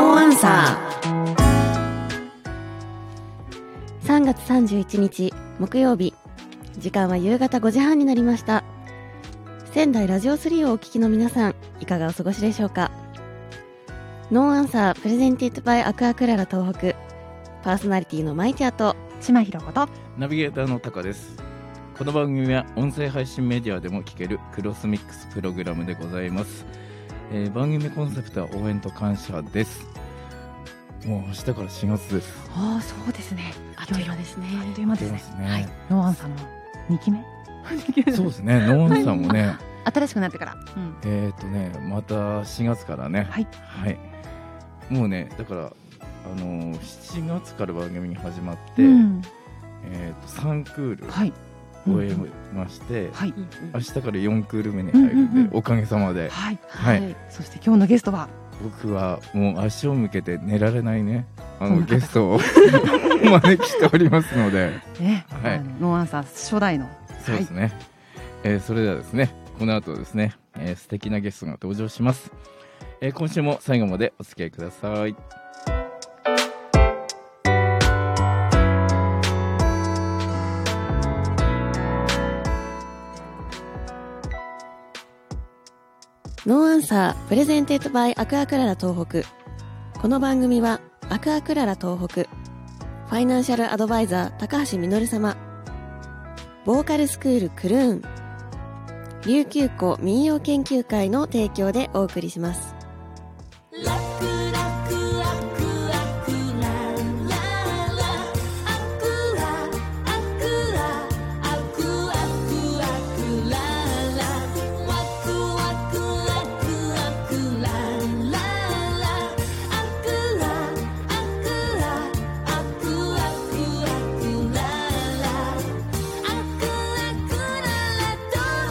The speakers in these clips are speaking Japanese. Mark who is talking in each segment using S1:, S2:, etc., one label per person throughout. S1: サー3月31日木曜日時間は夕方5時半になりました仙台ラジオ3をお聞きの皆さんいかがお過ごしでしょうかノーアンサープレゼンティッドバイアクアクララ東北パーソナリティのマイティアと
S2: 島ひろこと
S3: ナビゲーターのタカです。この番組は音声配信メディアでも聞けるクロスミックスプログラムでございます。えー番組コンセプトは応援と感謝です。もう明日から4 月です。
S2: ああそうですね
S1: あっという間ですね
S2: あっという間ですね
S3: 出ますね
S2: はいノーアンさんの二期目二期目
S3: そうですね、ノーンさんもね、
S2: 新しくなってから、うん、
S3: えっとね、また4月からね、
S2: はい
S3: はい。もうね、だから、あのー、7月から番組始まって、
S2: うん
S3: えっと、3クール
S2: はい
S3: 終え
S2: うん
S3: まして、
S2: はい
S3: 明日から4クール目に入るんで、
S2: うんうんうん
S3: おかげさまで。
S2: はい
S3: はい
S2: そして今日のゲストは
S3: 僕はもう足を向けて寝られないね
S2: そ
S3: あ
S2: ん
S3: の
S2: な方
S3: ゲストをお招きしておりますので
S2: ね、
S3: はい
S2: あのノーアンさん初代の
S3: そうですね、えーそれではですねこの後ですね、えー素敵なゲストが登場します、えー今週も最後までお付き合いください
S1: ノーアンサープレゼンテッドバイアクアクララ東北この番組はアクアクララ東北ファイナンシャルアドバイザー高橋実様ボーカルスクールクルーン琉球湖民謡研究会の提供でお送りします
S4: ラクラクラクラクラララアクラアクラアクアクアクララワクワクラクラクラララアクラアクラアクアクアクララアクラクララ東北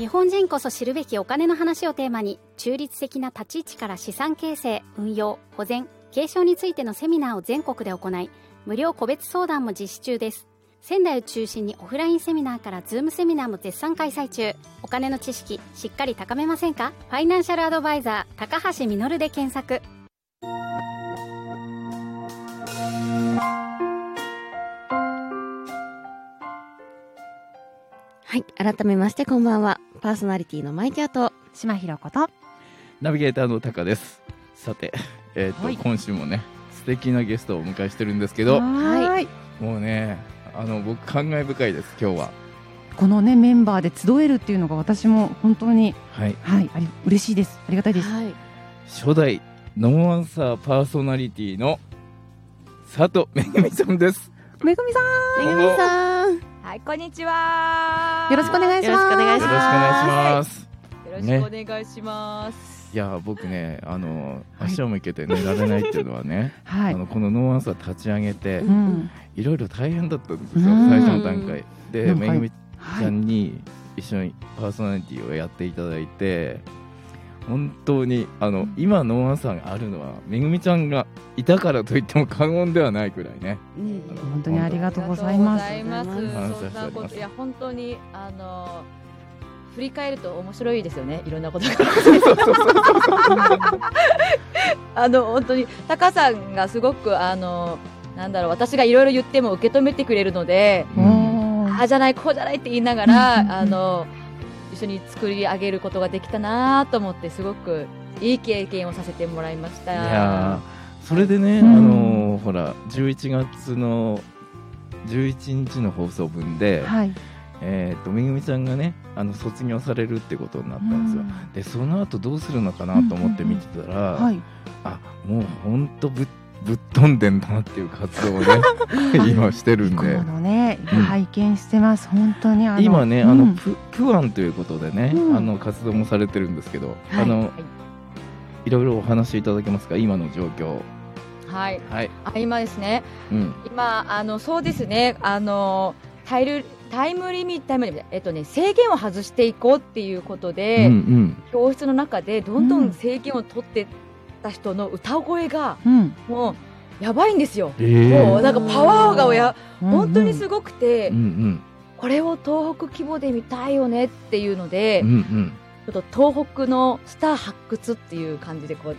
S5: 日本人こそ知るべきお金の話をテーマに中立的な立ち位置から資産形成運用保全継承についてのセミナーを全国で行い無料個別相談も実施中です仙台を中心にオフラインセミナーからズームセミナーも絶賛開催中お金の知識しっかり高めませんかファイナンシャルアドバイザー高橋実で検索
S1: はい改めましてこんばんはパーソナリティのマイティアと
S2: 島ひろこと
S3: ナビゲーターのタカですさて、えーと
S2: はい
S3: 今週もね素敵なゲストをお迎えしてるんですけど
S2: はーい
S3: もうねあの僕感慨深いです今日は
S2: このねメンバーで集えるっていうのが私も本当に
S3: はい
S2: はいあり嬉しいですありがたいです
S1: はい
S3: 初代ノーアンサーパーソナリティの佐藤めぐみさんです
S2: めぐみさん
S1: めぐみさんよ
S4: はい、こんにちは。
S2: よろしくお願いします
S3: よろしくお願いします
S4: よろしくお願いします。
S3: いやー僕ねあのー
S2: はい
S3: 足を向けて寝られないっていうのはね、
S2: は
S3: あ
S2: い
S3: のこのノーアンサー立ち上げて
S2: うん
S3: いろいろ大変だったんですよ
S2: うん
S3: 最初の段階で
S2: なんか
S3: めぐみち
S2: は
S3: ゃ
S2: い
S3: んに一緒にパーソナリティをやっていただいて本当にあの今ノーアンサーがあるのはめぐみちゃんがいたからといっても過言ではないくらいね
S2: 本当にありがとうございます
S6: ありがとうございますそんなこ
S3: 感謝しております
S6: といや本当にあの振り返ると面白いですよね。いろんなことが あの本当に高さんがすごくあのなんだろう私がいろいろ言っても受け止めてくれるので、
S3: う
S2: お
S3: ん
S2: ー
S6: ああじゃないこうじゃないって言いなが
S2: うん
S6: らあの一緒に作り上げることができたなと思ってすごくいい経験をさせてもらいました。
S3: いやーそれでね、
S2: うん
S3: あのーほら11月の11日の放送分で、
S2: はい
S3: えー、とめぐみちゃんがねあの卒業されるってことになったんですよ、でその後どうするのかなと思って見てたら、
S2: うんはい
S3: あもうほんとぶっぶっ飛んでんだなっていう活動 をね今してるん
S2: こ
S3: で
S2: のね
S3: うん
S2: 拝見してます本当にあの
S3: 今ねあの、
S2: うん
S3: ププアンということでね、
S2: うん
S3: あの活動もされてるんですけど、
S2: はい
S3: あの
S6: はい
S3: いろいろお話しいただけますか今の状況
S6: はい、
S3: はい、
S6: あ今ですね
S3: うん、
S6: 今あのそうですねあのタイルタイムリミットタイムリミットえっとね制限を外していこうっていうことで、
S3: うんうん
S6: 教室の中でどんど
S2: うん
S6: ん制限を取ってた人の歌声が
S2: うん
S6: もうやばいんですよ。
S3: えー
S6: もうなんかパワーがや本当に
S2: ごい
S6: すごくて、
S3: うん
S6: これを東北規模で見たいよねっていうので、
S3: うんうん
S6: ちょっと東北のスター発掘っていう感じでこう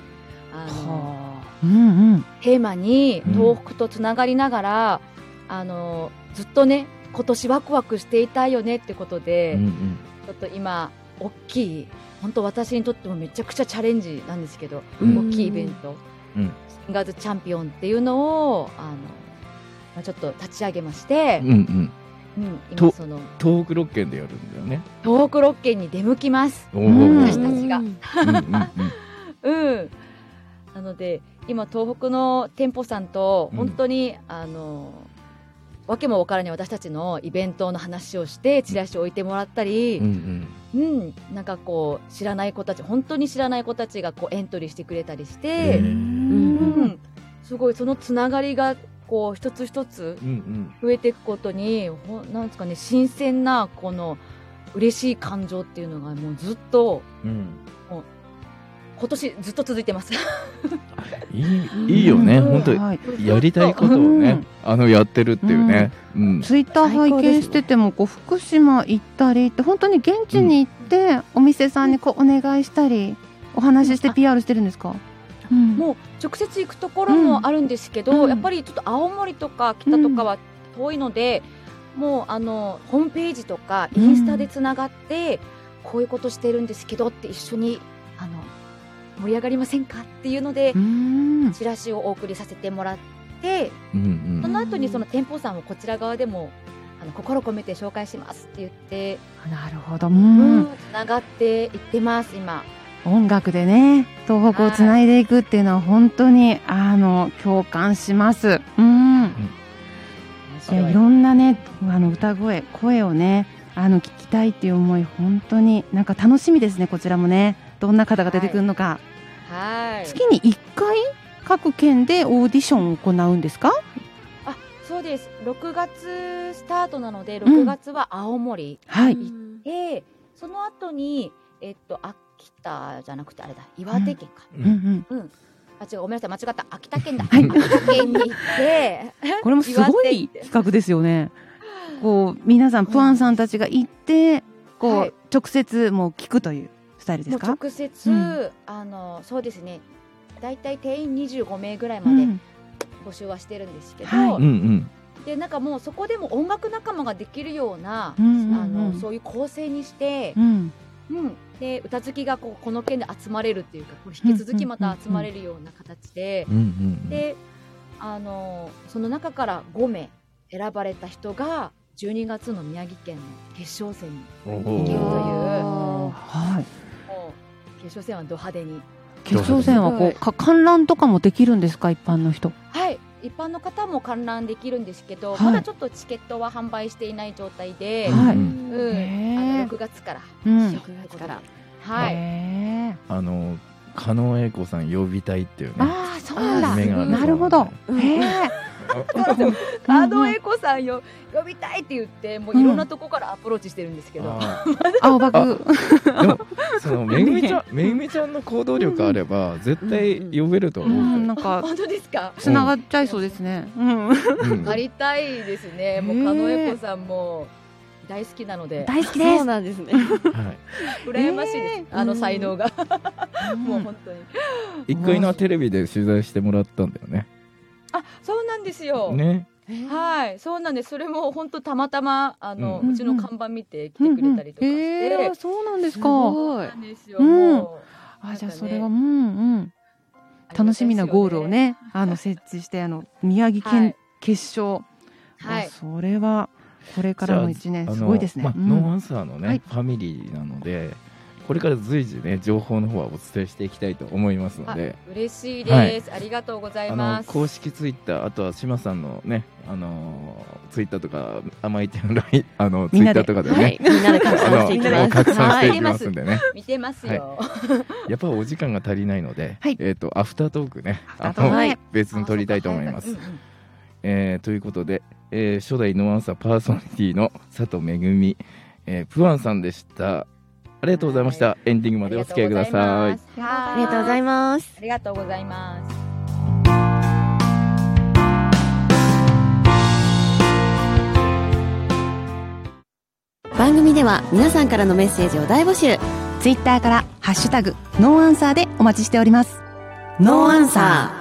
S6: あの
S2: うんうん。
S6: テーマに
S3: うん
S6: 東北とつながりながら、あのずっとね今年ワクワクしていたいよねってことで、
S3: うんう
S6: ち
S3: ん
S6: ょっと今大きい本当私にとってもめちゃくちゃチャレンジなんですけど、
S3: うん
S6: 大きいイベント、
S3: うん
S6: シンガーズチャンピオンっていうのをあの、まあ、ちょっと立ち上げまして
S3: うん、うん
S6: うん
S3: と
S6: 今その
S3: 東北6県でやるんだよね
S6: 東北6県に出向きます。
S3: お
S2: うん
S3: ー
S6: 私たちが
S3: うんうんうん
S6: うん、なので今東北の店舗さんと
S3: うん
S6: 本当に、あのわけもわからない私たちのイベントの話をしてチラシを置いてもらったり、
S3: うんうん
S6: うんなんかこう知らない子たち本当に知らない子たちがこうエントリーしてくれたりし
S3: へ
S6: て、
S3: ー
S6: うんすごいそのつながりがこう一つ一つ
S3: うんうん
S6: 増えていくことにほんなんですかね新鮮なこの嬉しい感情っていうのがもうずっと
S3: うん
S6: 今年ずっと続いてます。
S3: いいいいよね
S2: うん
S3: 本当
S2: はい
S3: やりたいことをねあのやってるっていうねうん
S2: ツイッター
S1: 最高
S2: 拝
S1: ですね
S2: 見してても、こう福島行ったりって、本当に現地に行って、お店さんにこうお願いしたり。お話しして PR してるんですか。うん
S6: もう直接行くところもあるんですけど、
S2: うん
S6: やっぱりちょっと青森とか北とかは遠いので、もうあのホームページとかインスタでつながって、こういうことしてるんですけどって一緒にあの盛り上がりませんかっていうので、
S2: うん。
S6: チラシをお送りさせてもらって
S3: うんう
S6: そ
S3: ん
S6: の後にその店舗さんをこちら側でもあの心込めて紹介しますって言って、
S2: なるほど。うん。
S6: つながっていってます今。
S2: 音楽でね、東北をつないでいくっていうのは、本当に、あの、共感します。うん。いやいろんなねあの歌声声をねあの聞きたいっていう思い本当になんか楽しみですねこちらもねどんな方が出てくるのか、
S6: はい
S2: 月に1回各県でオーディションを行うんですか
S6: あそうです6月スタートなので
S2: ん
S6: 6月は青森
S2: はい
S6: で、その後にえっと秋田じゃなくてあれだ岩手県か、
S2: うんうん
S6: あ違うごめんなさい間違った秋田県だ、
S2: はい
S6: 秋田県に行って
S2: これもすごい企画ですよねこう皆さんプアンさんたちが行ってこう、
S6: はい
S2: 直接もう聞くというス タイルで
S6: も
S2: す
S6: う
S2: か
S6: 直接、
S2: うん
S6: あのそうですねだいたい定員25名ぐらいうまで
S2: ん
S6: 募集はしてるんですけど、
S2: は
S3: うんうん
S6: でなんかもうそこでも音楽仲間ができるような、
S2: うんうんうん
S6: あのそういう構成にして、
S2: うん
S6: うん、で歌好きがこうこの県で集まれるっていうかこう引き続きまた集まれるような形で
S3: うんうんうん
S6: であのその中から5名選ばれた人が12月の宮城県の決勝戦に
S3: お
S6: 行けるという
S3: ー
S6: も
S2: はい、
S6: う決勝戦はド派手に
S2: 決勝戦はこうか観覧とかもできるんですか一般の人
S6: はい一般の方も観覧できるんですけど、
S2: はい
S6: まだちょっとチケットは販売していない状態で、
S2: はいううん
S6: うん
S2: へー
S6: あの6月から、
S2: うん
S6: 6月から
S2: は
S6: はいい、
S3: あの加納英子さん呼びたいっていうね
S2: ああそうなんだ
S3: 夢がある
S2: なるほど
S1: うん
S2: へえ
S6: カードエコさんよ呼びたいって言ってもういろんなとこからアプローチしてるんですけど、
S3: あ
S2: 青バグ
S3: ーでもそのめぐみちゃんめぐみちゃんの行動力あれば絶対呼べると
S2: う
S3: 思うんよ
S2: なんか
S6: 本当ですか
S2: つながっちゃいそうですねうん
S3: うん
S6: 借りたいですね、も
S2: へ
S6: う
S2: ー
S6: 狩野英子さんも大好きなので、
S2: 大好
S1: そ
S2: きで
S1: う
S2: す
S1: なんですね。
S3: はい
S6: 羨ましいです、
S1: ー
S6: あの才能が、もう本当に。
S3: 一回なテレビで取材してもらったんだよね
S6: あそうなんですよ、
S3: ね
S6: はい、そうなんです、それも本当、たまたまあの、
S3: う
S6: うんちの看板見て来てくれたりとかし
S2: うんうん
S6: て、
S2: へえそうなんです
S1: す
S2: か
S1: ごい
S6: そうな。んですよ、
S2: うん
S6: も
S2: あじゃあそれはうんうん
S6: う
S2: 楽しみなゴールを、ねあの設置してあの宮城
S6: はい
S2: 県決勝
S6: は
S2: あ
S6: い、
S2: それはこれからの一年
S3: あ
S2: す
S3: の
S2: ごいですね
S3: まあ
S2: うん
S3: ノーアンサーの
S2: は
S3: ね
S2: い
S3: ファミリーなのでこれから随時ね情報の方はお伝えしていきたいと思いますの
S6: あ
S3: で
S6: 嬉しいです、ありがとうござい
S3: あ
S6: ま
S3: の
S6: す。
S3: 公式ツイッターあとは志麻さんのねあのツイッターとか甘い点のライ ンあのツイ
S2: みん
S3: ッ
S2: なで
S3: ターとかで
S1: は
S3: ね
S1: い。みんなで拡散していき
S3: あ
S1: ま
S3: の
S1: す。
S3: 拡散していき
S1: は
S3: ますんでね
S6: 見てますよ、
S3: やっぱお時間が足りないので、
S2: はい
S3: えっ、とアフタートークね
S2: アフタートーク
S3: あ
S2: は
S3: の
S2: い
S3: 別に撮りたいと思いま
S6: う
S3: す
S6: んう。ん
S3: えーということで、えー初代ノアンサーパーソナリティの佐藤めぐみ、えープアンさんでした。ありがとうございました。エンディングまでお付き合いください。
S1: ありがとうござい
S6: ま
S1: ます。
S6: す。ありがとうございます。
S1: 番組では皆さんからのメッセージを大募集
S7: ツイッターからハッシュタグノーアンサーでお待ちしております
S1: ノーアンサ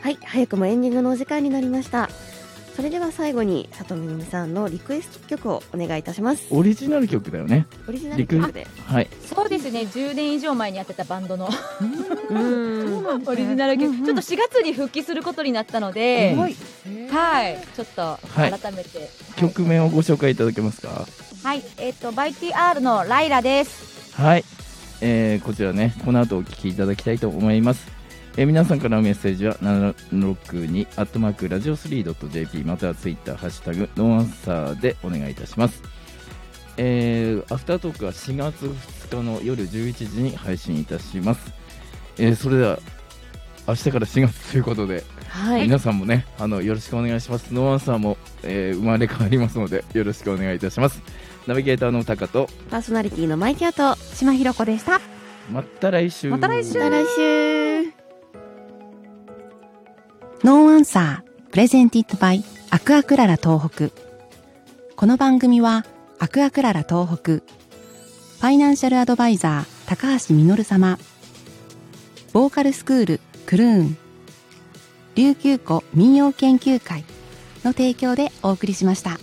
S1: ーはい早くもエンディングのお時間になりましたそれでは最後に佐藤みみさんのリクエスト曲をお願いいたします
S3: オリジナル曲だよね
S1: オリジナル曲で
S3: はい
S6: そうですね10年以上前にやってたバンドの
S1: うーん
S6: オリジナル曲、
S7: うんうん
S6: ちょっと4月に復帰することになったので、
S3: うん
S6: はいちょっと
S3: はい
S6: 改めて、はい
S3: 曲名をご紹介いただけますか
S6: はいえっ、とバイ TR のライラです
S3: はい、えーこちらねこの後お聴きいただきたいと思います、えー皆さんからのメッセージは762アットマークラジオ 3.jp またはツイッターハッシュタグノーアンサーでお願いいたしますえーアフタートークは4月2日の夜11時に配信いたします、えーそれでは明日から4月ということで、
S1: はい
S3: 皆さんもねあのよろしくお願いしますノーアンサーも、えー生まれ変わりますのでよろしくお願いいたしますナビゲーターのタカと
S1: パーソナリティのマイキャと
S7: 島ひろ子でした
S3: また来週
S7: また来週
S1: また来週
S7: ノーアンサープレゼンティットバイアクアクララ東北この番組はアクアクララ東北ファイナンシャルアドバイザー高橋実様ボーカルスクールクルーン琉球湖民謡研究会の提供でお送りしました。